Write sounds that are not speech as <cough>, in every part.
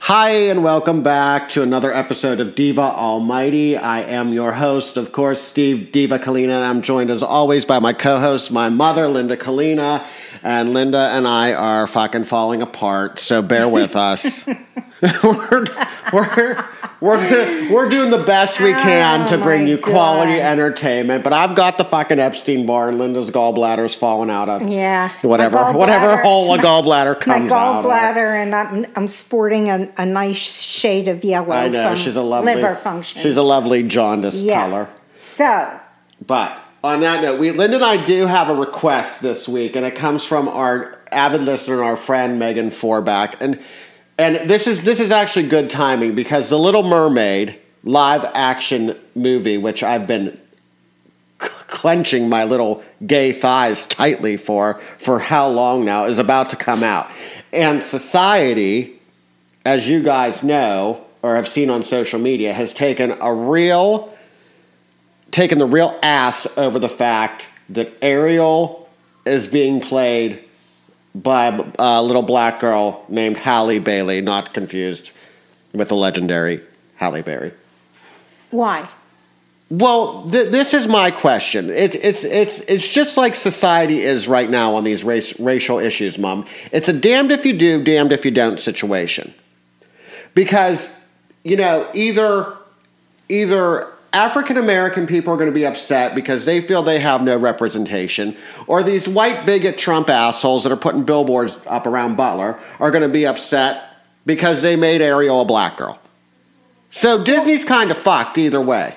Hi, and welcome back to another episode of Diva Almighty. I am your host, of course, Steve Diva Kalina, and I'm joined as always by my co host, my mother, Linda Kalina. And Linda and I are fucking falling apart, so bear with <laughs> us. <laughs> we're, we're, we're, we're doing the best we can to Oh, bring my you quality God. entertainment, but I've got the fucking Epstein Barr, and Linda's gallbladder's falling out of Yeah. My whatever gallbladder- whatever hole a gallbladder <laughs> My comes out. of. gallbladder, and I'm, I'm sporting a, a nice shade of yellow. I know from she's a lovely liver function. She's a lovely jaundiced yeah. color. So, But on that note, we Linda and I do have a request this week, and it comes from our avid listener, our friend Megan Forback, and and this is this is actually good timing because the Little Mermaid live action movie, which I've been c- clenching my little gay thighs tightly for for how long now is about to come out and society as you guys know or have seen on social media has taken a real taken the real ass over the fact that Ariel is being played by a uh, little black girl named Halle Bailey, not confused with the legendary Halle Berry. why? Well, th- this is my question. It's it's it's it's just like society is right now on these race racial issues, Mom. It's a damned if you do, damned if you don't situation. Because you know either either African American people are going to be upset because they feel they have no representation, or these white bigot Trump assholes that are putting billboards up around Butler are going to be upset because they made Ariel a black girl. So Disney's kind of fucked either way.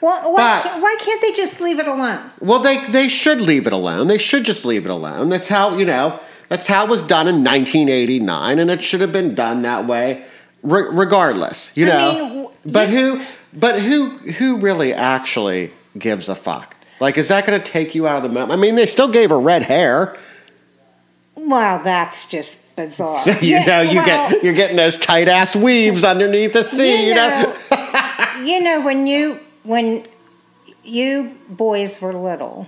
Well, why, But- can't, why can't they just leave it alone? Well, they they should leave it alone. They should just leave it alone. That's how you know. That's how it was done in 1989, and it should have been done that way, re- regardless. You I know. mean, w- but who? But who? Who really actually gives a fuck? Like, is that going to take you out of the moment? I mean, they still gave her red hair. <laughs> Well, that's just bizarre. <laughs> You Yeah, know, you well, get you're getting those tight ass weaves underneath the sea. You, know? you know when you when you boys were little,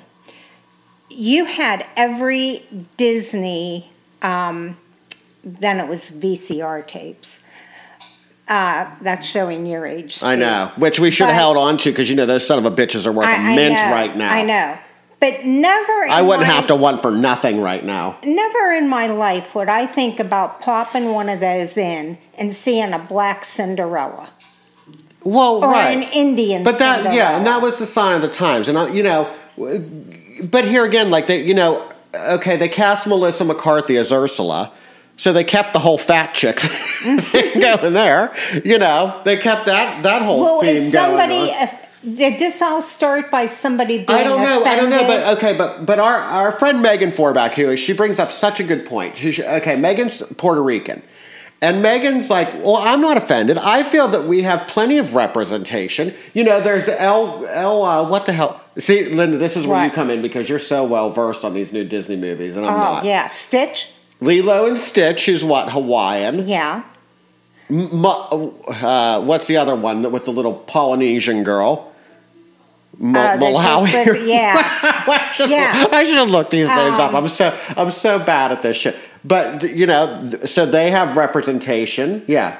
you had every Disney. Um, then it was VCR tapes. Uh, that's showing your age. I Steve. know. Which we should have But- held on to because you know those son of a bitches are worth a I, I mint know, right now. I know, but never. in I wouldn't my- have to want for nothing right now. Never in my life would I think about popping one of those in and seeing a black Cinderella Well, or right. an Indian. but that, Cinderella. yeah, and that was the sign of the times. And, I, you know, w- but here again, like, they, you know, okay, they cast Melissa McCarthy as Ursula. So they kept the whole fat chick <laughs> <laughs> thing going there. You know, they kept that, that whole Well, theme is going on. somebody? If, did this all start by somebody being I don't know. I don't know. offended? But okay. But but our our friend Megan Forback, who is she brings up such a good point. She, sh- okay, Megan's Puerto Rican, and Megan's like, well, I'm not offended. I feel that we have plenty of representation. You know, there's L L. Uh, what the hell? See, Linda, this is where you What? come in because you're so well versed on these new Disney movies, and I'm oh not. yeah, Stitch. Lilo and Stitch, who's what Hawaiian. Yeah, M- uh, what's the other one with the little Polynesian girl? M- Uh, that just Malawi. <laughs> was- yes. I should, Yeah. I should have looked these names up. Um, I'm so I'm so bad at this shit. But you know, th- so they have representation. Yeah,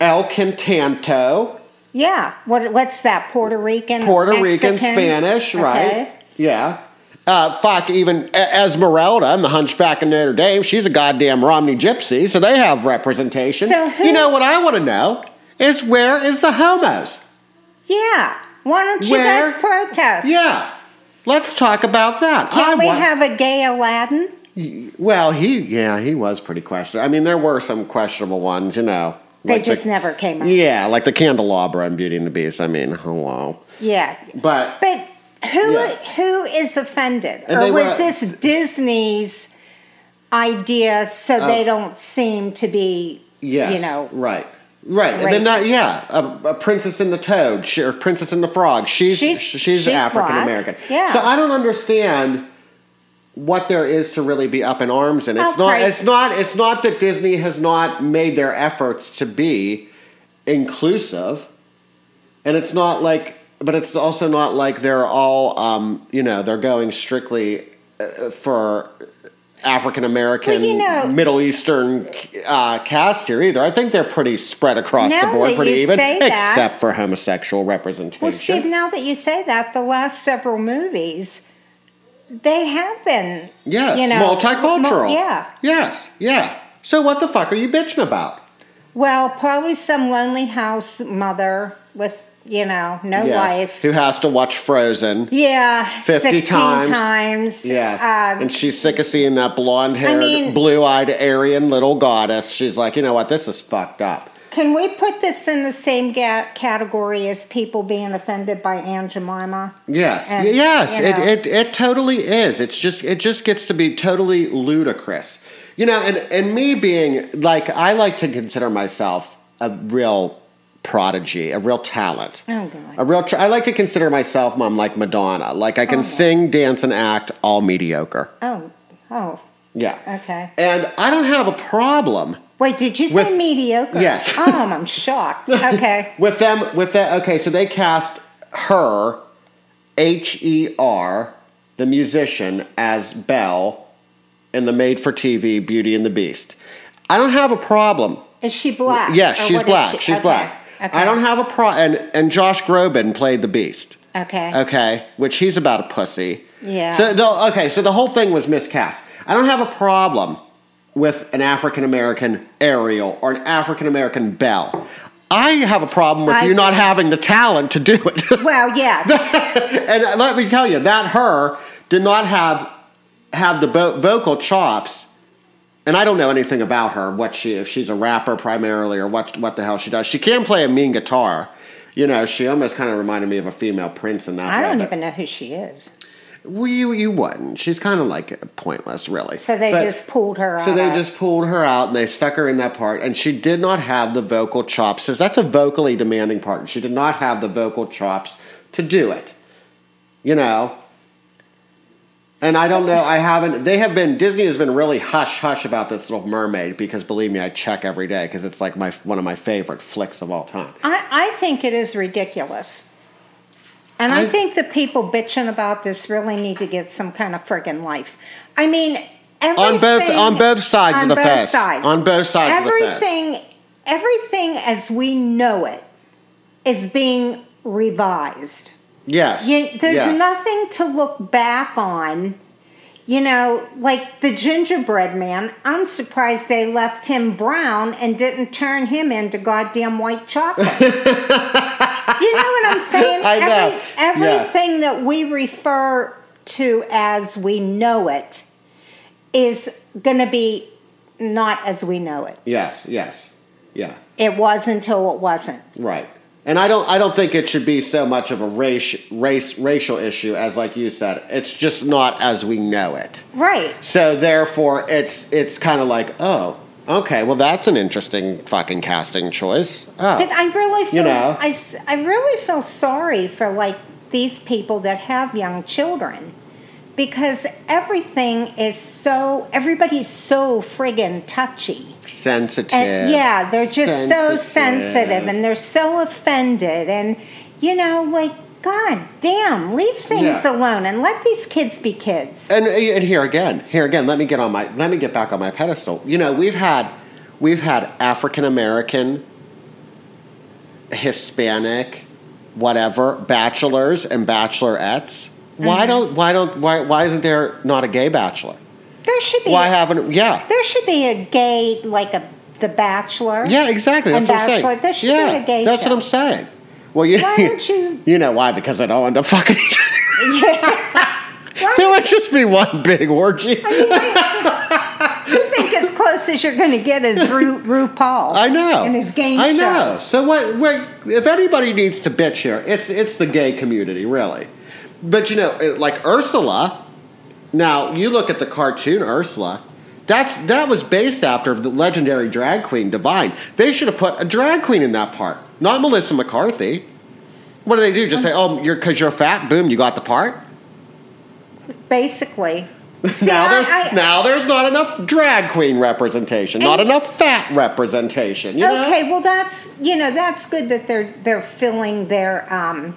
El Cantanto, yeah. What what's that? Puerto Rican, Puerto Mm, Mexican? Rican, Spanish, Okay. right? Yeah. Uh, fuck, even E- Esmeralda and the Hunchback of Notre Dame, she's a goddamn Romney Gypsy, so they have representation. So who- you know what I want to know is where is the homos? Yeah. Why don't you Where- guys protest? Yeah, let's talk about that. Can I we want- have a gay Aladdin? Well, he yeah, he was pretty questionable. I mean, there were some questionable ones, you know. They like the- just never came up. Yeah, like the candelabra in Beauty and the Beast. I mean, hello. Yeah. But But who Yeah. who is offended? And they or was were- this Disney's idea so they don't seem to be Uh, yes, you know right, right, and then that racist. yeah, a, a Princess and the Toad she, or Princess and the Frog. She's She's- she's, she's black. African American. Yeah. So I don't understand what there is to really be up in arms in. It's Oh, not. Christ. It's not. It's not that Disney has not made their efforts to be inclusive. and it's not like but it's also not like they're all um, you know they're going strictly uh, for African American, Well, you know- Middle Eastern uh, cast here either. I think they're pretty spread across the Now board, that pretty you even, say that- except for homosexual representation. Well, Steve, now that you say that, the last several movies, they have been. yes, you know, multicultural. mul- yeah. Yes, yeah. So what the fuck are you bitching about? Well, probably some lonely house mother with, you know, no Yes. life. Who has to watch Frozen? Yeah, 50 16 times. times. Yes. Uh, and she's sick of seeing that blonde haired, I mean- blue eyed Aryan little goddess. She's like, you know what? This is fucked up. can we put this in the same ga- category as people being offended by Aunt Jemima? Yes. And, yes. you know. It, it it totally is. It's just it just gets to be totally ludicrous. You know, and and me being like I like to consider myself a real prodigy, a real talent. Oh, God. A real tr- I like to consider myself mom like Madonna. Like I can sing, dance and act all mediocre. Oh, oh, Yeah. okay. And I don't have a problem Wait, did you say With- mediocre? yes. <laughs> Oh, I'm shocked. Okay. <laughs> with them with that okay so they cast her h-e-r the musician as belle in the made-for-tv beauty and the beast i don't have a problem Is she black? yes Ah, Or she's what is black she? she's Okay, black Okay. i don't have a pro and, and josh groban played the beast Okay. okay which he's about a pussy Yeah. uh, so the, okay so the whole thing was miscast i don't have a problem with an african american ariel or an african american belle i have a problem with I you not do. having the talent to do it <laughs> Well, yeah. and let me tell you that her did not have have the vo- vocal chops and I don't know anything about her, what she if she's a rapper primarily or what what the hell she does. She can play a mean guitar. You know, she almost kind of reminded me of a female Prince in that I way, don't but- even know who she is. well, you you wouldn't. She's kind of like pointless, really. So they But- just pulled her out. so they of- just pulled her out and they stuck her in that part, and she did not have the vocal chops. Says that's a vocally demanding part. and She did not have the vocal chops to do it. You know. And I don't know. I haven't. They have been. Disney has been really hush hush about this Little Mermaid because believe me, I check every day because it's like my one of my favorite flicks of all time. I, I think it is ridiculous. And I, I- think the people bitching about this really need to get some kind of friggin' life. I mean, everything On both on both sides on of the both fence. sides. On both sides of the fence. everything, everything as we know it is being revised. Yes. You, there's yes. nothing to look back on. You know, like the gingerbread man, I'm surprised they left him brown and didn't turn him into goddamn white chocolate. <laughs> you know what I'm saying? I know. Every, Yes. everything that we refer to as we know it is going to be not as we know it. Yes. Yes. Yeah. It was until it wasn't. Right. And I don't I don't think it should be so much of a race race racial issue as like you said. It's just not as we know it. Right. So therefore it's it's kind of like, oh, okay, well that's an interesting fucking casting choice. Oh. But I really feel, know. I, s- I really feel sorry for like these people that have young children because everything is so, everybody's so friggin' touchy. sensitive. And yeah, they're just so sensitive and they're so offended. And, you know, like, God damn, leave things Yeah. Eh, alone and let these kids be kids. and uh, and here again, here again, let me get on my let me get back on my pedestal. You know, we've had we've had African American, Hispanic, whatever, bachelors and bachelorettes. Mm-hmm. Why don't why don't why why isn't there not a gay bachelor? There should be, Why haven't yeah. there should be a gay, like a, The Bachelor. Yeah, exactly. That's And what I'm saying. Bachelor. There should be yeah, a gay that's show. what I'm saying. Well, you, <laughs> Why don't you- You know why? Because I don't end up fucking. <laughs> each other. Why There would just be one big orgy. I think as close as you're going to get is Ru- <laughs> RuPaul. I know. And his game I show. know. So what, what? If anybody needs to bitch here, it's it's the gay community, really. But you know, it- like Ursula. Now you look at the cartoon Ursula. That's that was based after the legendary drag queen Divine. They should have put a drag queen in that part, not Melissa McCarthy. What do they do? Just say, "Oh, you're because you're fat. Boom, you got the part." <laughs> Basically. See, now I- there's I- now there's not enough drag queen representation, not enough fat representation. You know? okay, well that's you know that's good that they're they're filling their um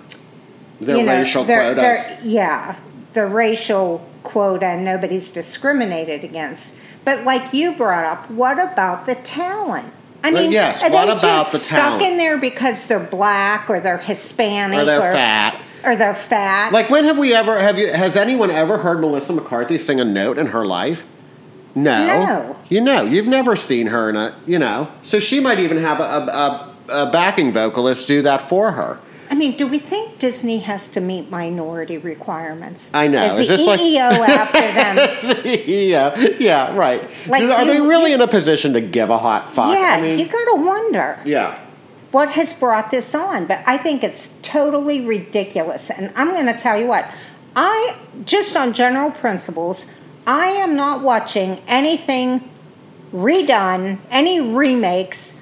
Their you know, racial their, quotas. their- yeah, their racial quota and nobody's discriminated against. But like you brought up, what about the talent? I Well, mean, yes, are what they about just the stuck talent? in there because they're black or they're Hispanic Or they're fat. or they're fat? Like when have we ever have you has anyone ever heard Melissa McCarthy sing a note in her life? No. No. You know, you've never seen her in a you know. So she might even have a, a, a, a backing vocalist do that for her. <laughs> I mean, do we think Disney has to meet minority requirements? I know. Is, Is the this like- EEO after <laughs> them? yeah, yeah, right. Like Do- Are you- they really in a position to give a hot fuck? Yeah, I mean, you got to wonder yeah. what has brought this on. But I think it's totally ridiculous. And I'm going to tell you what, I, just on general principles, I am not watching anything redone, any remakes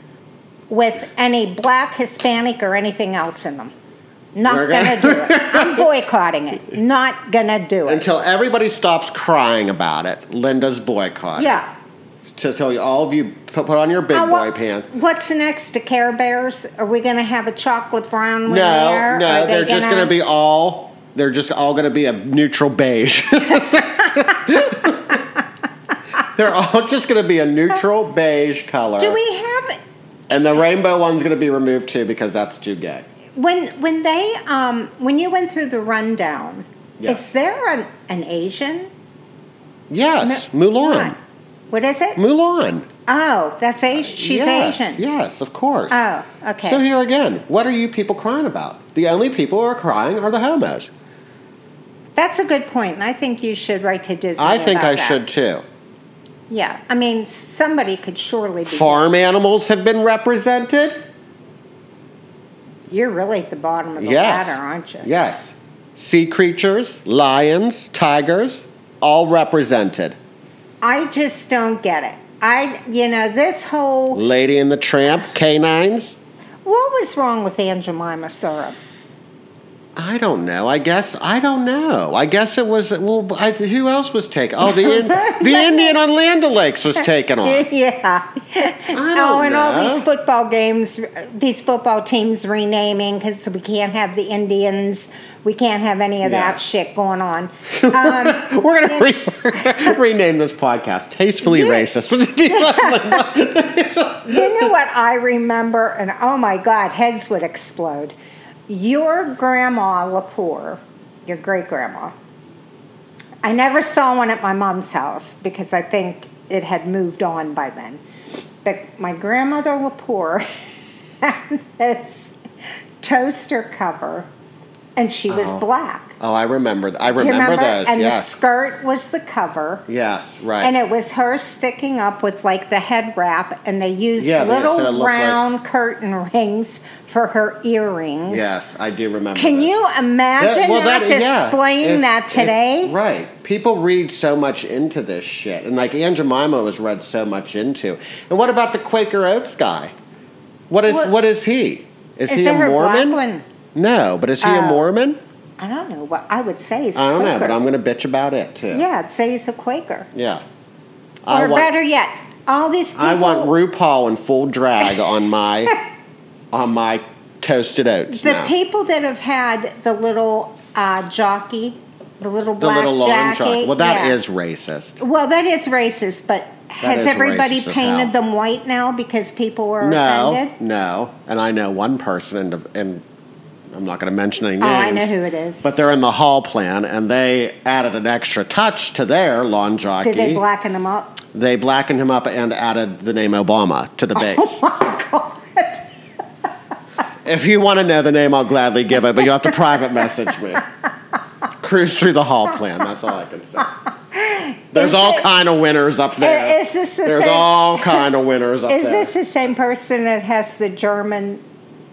with any black, Hispanic, or anything else in them. We're gonna- Not going to <laughs> do it. I'm boycotting it. Not going to do it. Until everybody stops crying about it, Linda's boycott. yeah. To tell you, all of you, put, put on your big I boy want- pants. What's next to Care Bears? Are we going to have a chocolate brown one No, there? no, Are they they're just going to be all. They're just all going to be a neutral <laughs> beige. <laughs> they're all just going to be a neutral beige color. Do we have and the rainbow one's going to be removed too because that's too gay. when when they um when you went through the rundown? Yeah. Is there an, an Asian? Yes, Mulan. What? What is it? Mulan. Oh, that's Asian. She's uh, yes, Asian. Yes, of course. Oh, okay. So here again, what are you people crying about? The only people who are crying are the homos. that's a good point, and I think you should write to Disney. I think about I that. should too. Yeah, I mean, somebody could surely be. Farm animals have been represented. You're really at the bottom of the yes. ladder, aren't you? Yes. Sea creatures, lions, tigers, all represented. I just don't get it. I, you know, this whole Lady and the Tramp, canines. What was wrong with Aunt Jemima syrup? I don't know. I guess I don't know. I guess it was. Well, I, who else was taken? Oh, the <laughs> in, the Indian on Land O'Lakes was taken on. yeah. don't oh, and all these know. football games, these football teams renaming because we can't have the Indians. We can't have any of Yeah. that shit going on. <laughs> Um, We're gonna, re- <laughs> we're gonna rename this podcast "Tastefully Racist." <laughs> you know what I remember? And oh my God, heads would explode. Your grandma Lepore, your great grandma, I never saw one at my mom's house because I think it had moved on by then. But my grandmother Lepore <laughs> had this toaster cover, and she was black. oh, I remember. th- I Do you remember, remember? those. and the yes. skirt was the cover. yes. Right. And it was her sticking up with like the head wrap, and they used Yeah, they- so it little looked like- round curtain rings for her earrings. yes, I do remember. Can those. you That- imagine well, not that- yeah, displaying it's- that it's- today? right. People read so much into this shit. And like Aunt Jemima was read so much into. And what about the Quaker Oats guy? What is What- what is he? Is, he Is a there a black Mormon? one? No, but is he a Oh. Mormon? I don't know what I would say. Is I don't know, Quaker. but I'm going to bitch about it too. Yeah, I'd say he's a Quaker. Yeah. I Or want, better yet, all these people. I want RuPaul in full drag <laughs> on my on my toasted oats. the now. people that have had the little uh, jockey, the little the black little lawn jacket. jockey. Well, that yeah. is racist. Well, that is racist, but has is everybody racist as hell. painted them white now because people were No, offended? no, and I know one person, and and I'm not going to mention any names. Oh, I know who it is. But they're in the hall plan, and they added an extra touch to their lawn jockey. Did they blacken them up? They blackened him up and added the name Obama to the base. Oh <laughs> My God. If you want to know the name, I'll gladly give it, but you have to private message me. Cruise through the hall plan. That's all I can say. <laughs> There's Is all it- kind of winners up there. Is this the There's same- all kind of winners up Is there. this the same person that has the German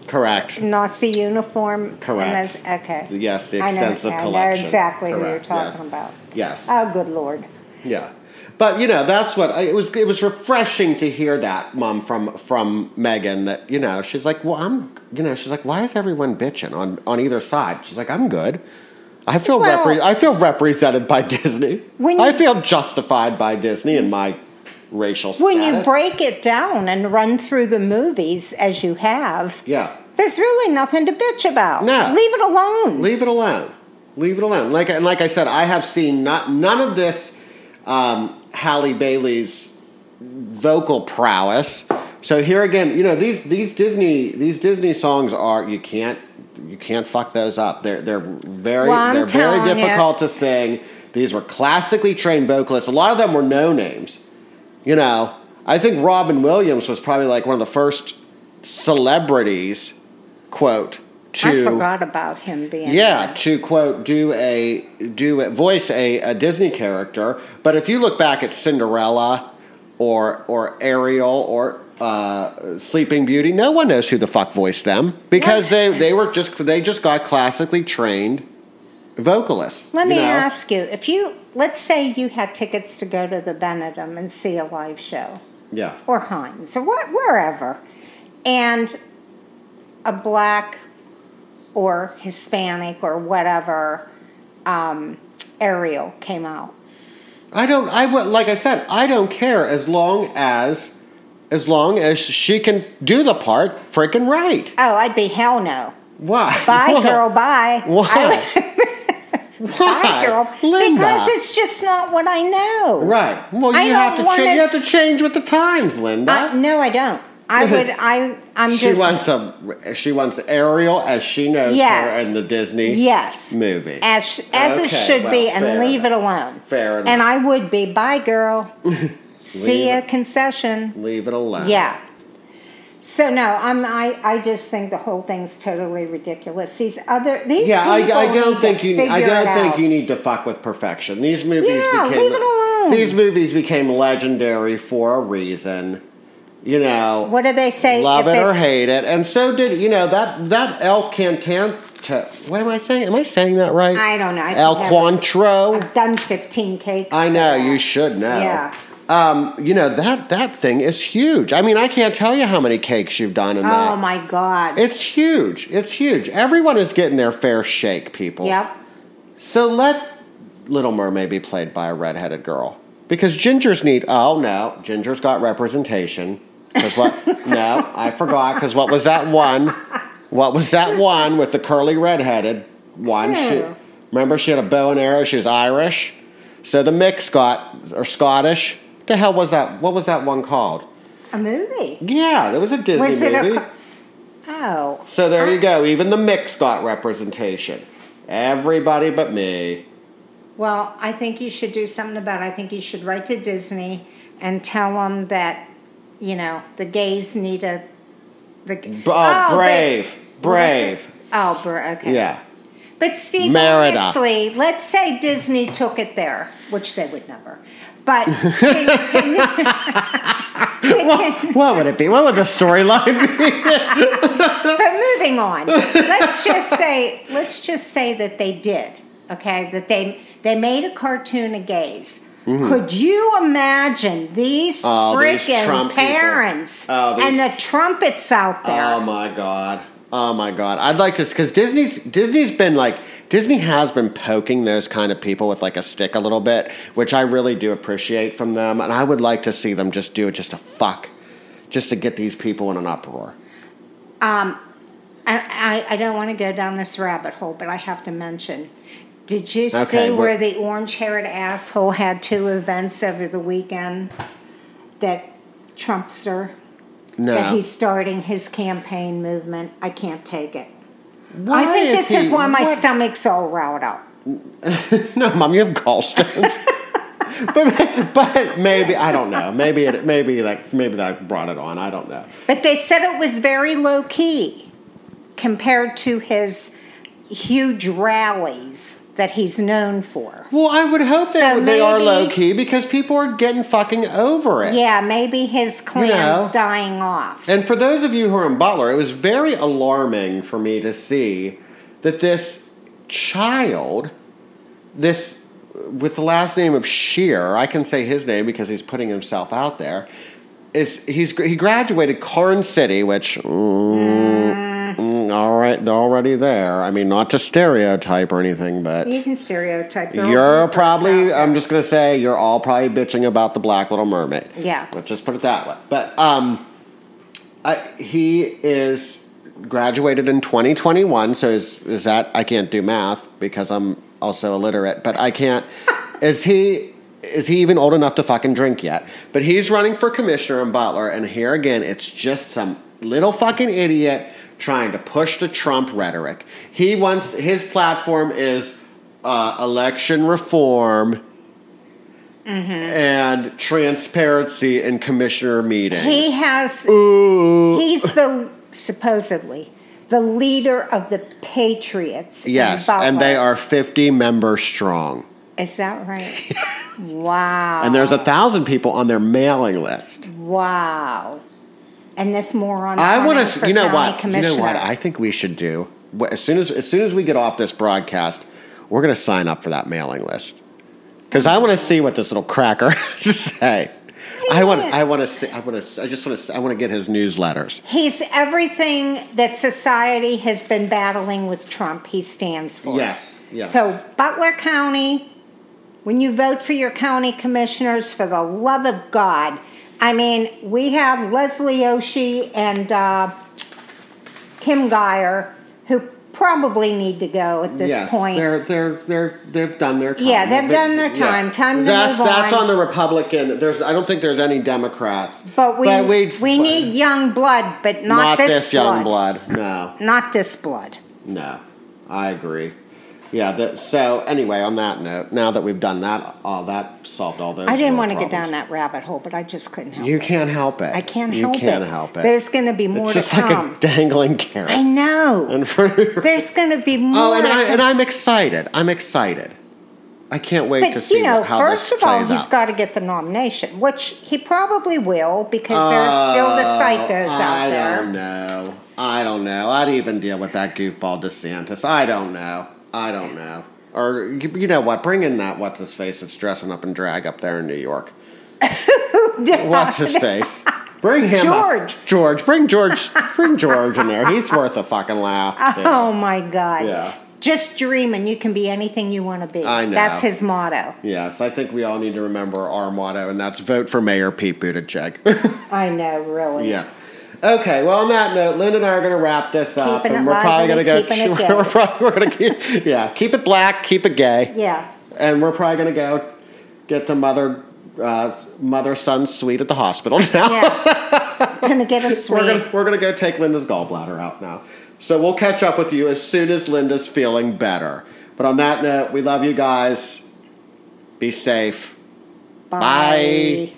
correct? Nazi uniform? and Correct. that's- okay. Yes, the I know- extensive I know, collection. exactly who you're Correct, yes. talking about. Yes. Oh, good lord. Yeah, but you know that's what it was. It was refreshing to hear that, mom, from from Megan. That you know she's like, well, I'm you know she's like, why is everyone bitching on on either side? She's like, I'm good. I feel Well- repre- I feel represented by <laughs> Disney. When you- I feel justified by Disney in my racial. When you status. break it down and run through the movies as you have, yeah, there's really nothing to bitch about. No. Leave it alone. leave it alone. Leave it alone. Like and like I said, I have seen not none of this um, Halle Bailey's vocal prowess. So here again, you know these these Disney these Disney songs are you can't you can't fuck those up. They're they're very Well, I'm they're very telling you. difficult to sing. These were classically trained vocalists. A lot of them were no names. You know, I think Robin Williams was probably like one of the first celebrities, quote, to I forgot about him being. yeah, there. to quote, do a do a, voice a, a Disney character. But if you look back at Cinderella or or Ariel or uh, Sleeping Beauty, no one knows who the fuck voiced them because they, they were just they just got classically trained vocalists. Let you me know? ask you: If you let's say you had tickets to go to the Benedum and see a live show, Yeah, or Heinz or wh- wherever, and a black or Hispanic or whatever um, Ariel came out. I don't. I would- like I said, I don't care as long as as long as she can do the part freaking right. Oh, I'd be hell no. Why? Bye, <laughs> Why? girl, bye. Why? I, <laughs> Why? bye, girl. Linda. Because it's just not what I know. Right. Well, I you have to don't cha- wanna you have to s- change with the times, Linda. I, no, I don't. <laughs> I would. I. I'm she just. wants a she wants Ariel as she knows her Yes. in the Disney yes. movie. As sh- as it Okay, should be, well, and fair leave it enough. alone. Fair enough. And I would be. Bye, girl. See <laughs> Leave ya, it. concession. Leave it alone. Yeah. So no, I'm. I, I just think the whole thing's totally ridiculous. These other these Yeah, I, people I need don't to think you I figure it don't think out. you need to fuck with perfection. These movies Yeah, became leave it alone. These movies became legendary for a reason. You know. What do they say? Love if it or it's- hate it. And so did you know that that El Cantante what am I saying? Am I saying that right? I don't know. I El think I would- Cointreau. I've done 15 cakes. I for know that. you should know. Yeah. Um, you know that that thing is huge. I mean, I can't tell you how many cakes you've done in Oh that. my God. It's huge. It's huge. Everyone is getting their fair shake, people. yep. So let Little Mermaid be played by a redheaded girl because gingers need. Oh no, gingers got representation. 'Cause what? <laughs> no, I forgot. Because what was that one? What was that one with the curly redheaded one? She, Who? remember, she had a bow and arrow. She was Irish, so the mix got or Scottish. The hell was that? What was that one called? A movie. Yeah, there was a Disney Was it a movie. co- Oh. So there you go. Even the mix got representation. Everybody but me. Well, I think you should do something about it. I think you should write to Disney and tell them that, you know, the gays need a. The, B- oh, Brave. Brave. Oh, bra- okay. Yeah. But Steve, Merida. honestly, let's say Disney took it there, which they would never. But <laughs> can- can you- What would it be? What would the storyline be? but moving on <laughs> let's just say let's just say that they did okay that they they made a cartoon of gays could you imagine these Mm-hmm. Oh, these freaking Trump people. parents Oh, these- and the trumpets out there <laughs> Oh my god. Oh my god. I'd like to because Disney's Disney's been like Disney has been poking those kind of people with like a stick a little bit, which I really do appreciate from them, and I would like to see them just do it just to fuck, just to get these people in an uproar. I, I, I don't want to go down this rabbit hole but i have to mention did you Okay, see what- where the orange-haired asshole had two events over the weekend that trumpster No, that he's starting his campaign movement i can't take it Why I think this he- is why my what- stomach's all riled up. <laughs> No, mom, you have <laughs> gallstones. but but maybe I don't know. Maybe it maybe like maybe that brought it on. I don't know. But they said it was very low key compared to his huge rallies that he's known for. Well, I would hope So that they are maybe- low key because people are getting fucking over it. Yeah, maybe his clan's know. dying off. And for those of you who are in Butler, it was very alarming for me to see that this child, this with the last name of Shear, I can say his name because he's putting himself out there. Is he's he graduated Carn City, which mm, mm, all right, they're already there. I mean, not to stereotype or anything, but You can stereotype. They're all you're goofers out probably, there. I'm just going to say, you're all probably bitching about the Black Little Mermaid. Yeah. Let's just put it that way. But um, I, he is graduated in 2021, so is, is that, I can't do math because I'm also illiterate, but I can't. is he is he even old enough to fucking drink yet? But he's running for commissioner in Butler, and here again, it's just some little fucking idiot trying to push the Trump rhetoric. He wants his platform is uh, election reform. And transparency in commissioner meetings. He has. He's the supposedly the leader of the Patriots. in Yes, and Butler. they are 50 members strong. Is <laughs> that right? wow. And there's a thousand people on their mailing list. wow. And this moron. I want to, to. you know what? You know what? I think we should do. wh- As soon as, as soon as we get off this broadcast, we're going to sign up for that mailing list because I want to see what this little cracker <laughs> has to say. I want. Yeah. I want to see. I want to. I just want to. I want to get his newsletters. He's everything that society has been battling with Trump. He stands for. Yes, yes. So Butler County, when you vote for your county commissioners, for the love of God, I mean, we have Leslie Oshie and uh, Kim Geyer, who probably need to go at this Yes, point. they're they're they're they've done their time. Yeah, they've done their yeah. time. Time to that's move that's on. on the Republican. There's I don't think there's any Democrats. but we we'd- we need young blood, but not not, this, young blood. blood. No, Not this blood. no, I agree. Yeah. That, so anyway, on that note, now that we've done that, all that solved all those. I didn't little want to get down problems. that rabbit hole, but I just couldn't help You it. can't help it. I can't you help it. You can't help it. There's going to be more it's just to like come. a dangling I carrot. know. in <laughs> front of your- There's going to be more. oh, and to I and come. I'm excited. I'm excited. I can't wait to but see you know, what- how first this of all, plays he's out. got to get the nomination, which he probably will because there's still the psychos Oh, out I there. don't know. I don't know. I'd even deal with that goofball DeSantis. I don't know. I don't know. Or you you know what? Bring in that what's his face that's dressing up in drag up there in New York. <laughs> What's his face? Bring him up. George. George. Bring <laughs> George. Bring George in there. He's worth a fucking laugh. too. Oh my God! Yeah. Just dream, and you can be anything you want to be. I know. That's his motto. Yes, I think we all need to remember our motto, and that's vote for Mayor Pete Buttigieg. <laughs> I know, really. Yeah. Okay. Well, on that note, Lynn and I are going to wrap this up, Keeping and it we're probably lively, going to go. keeping it <laughs> gay. we're probably we're going to keep. Yeah, keep it black, keep it gay, Yeah. and we're probably going to go get the mother uh, mother son suite at the hospital <laughs> now. Yeah. <laughs> Gonna get a sweet. we're gonna we're gonna go take Linda's gallbladder out now. So we'll catch up with you as soon as Linda's feeling better. But on that note, we love you guys. Be safe. Bye.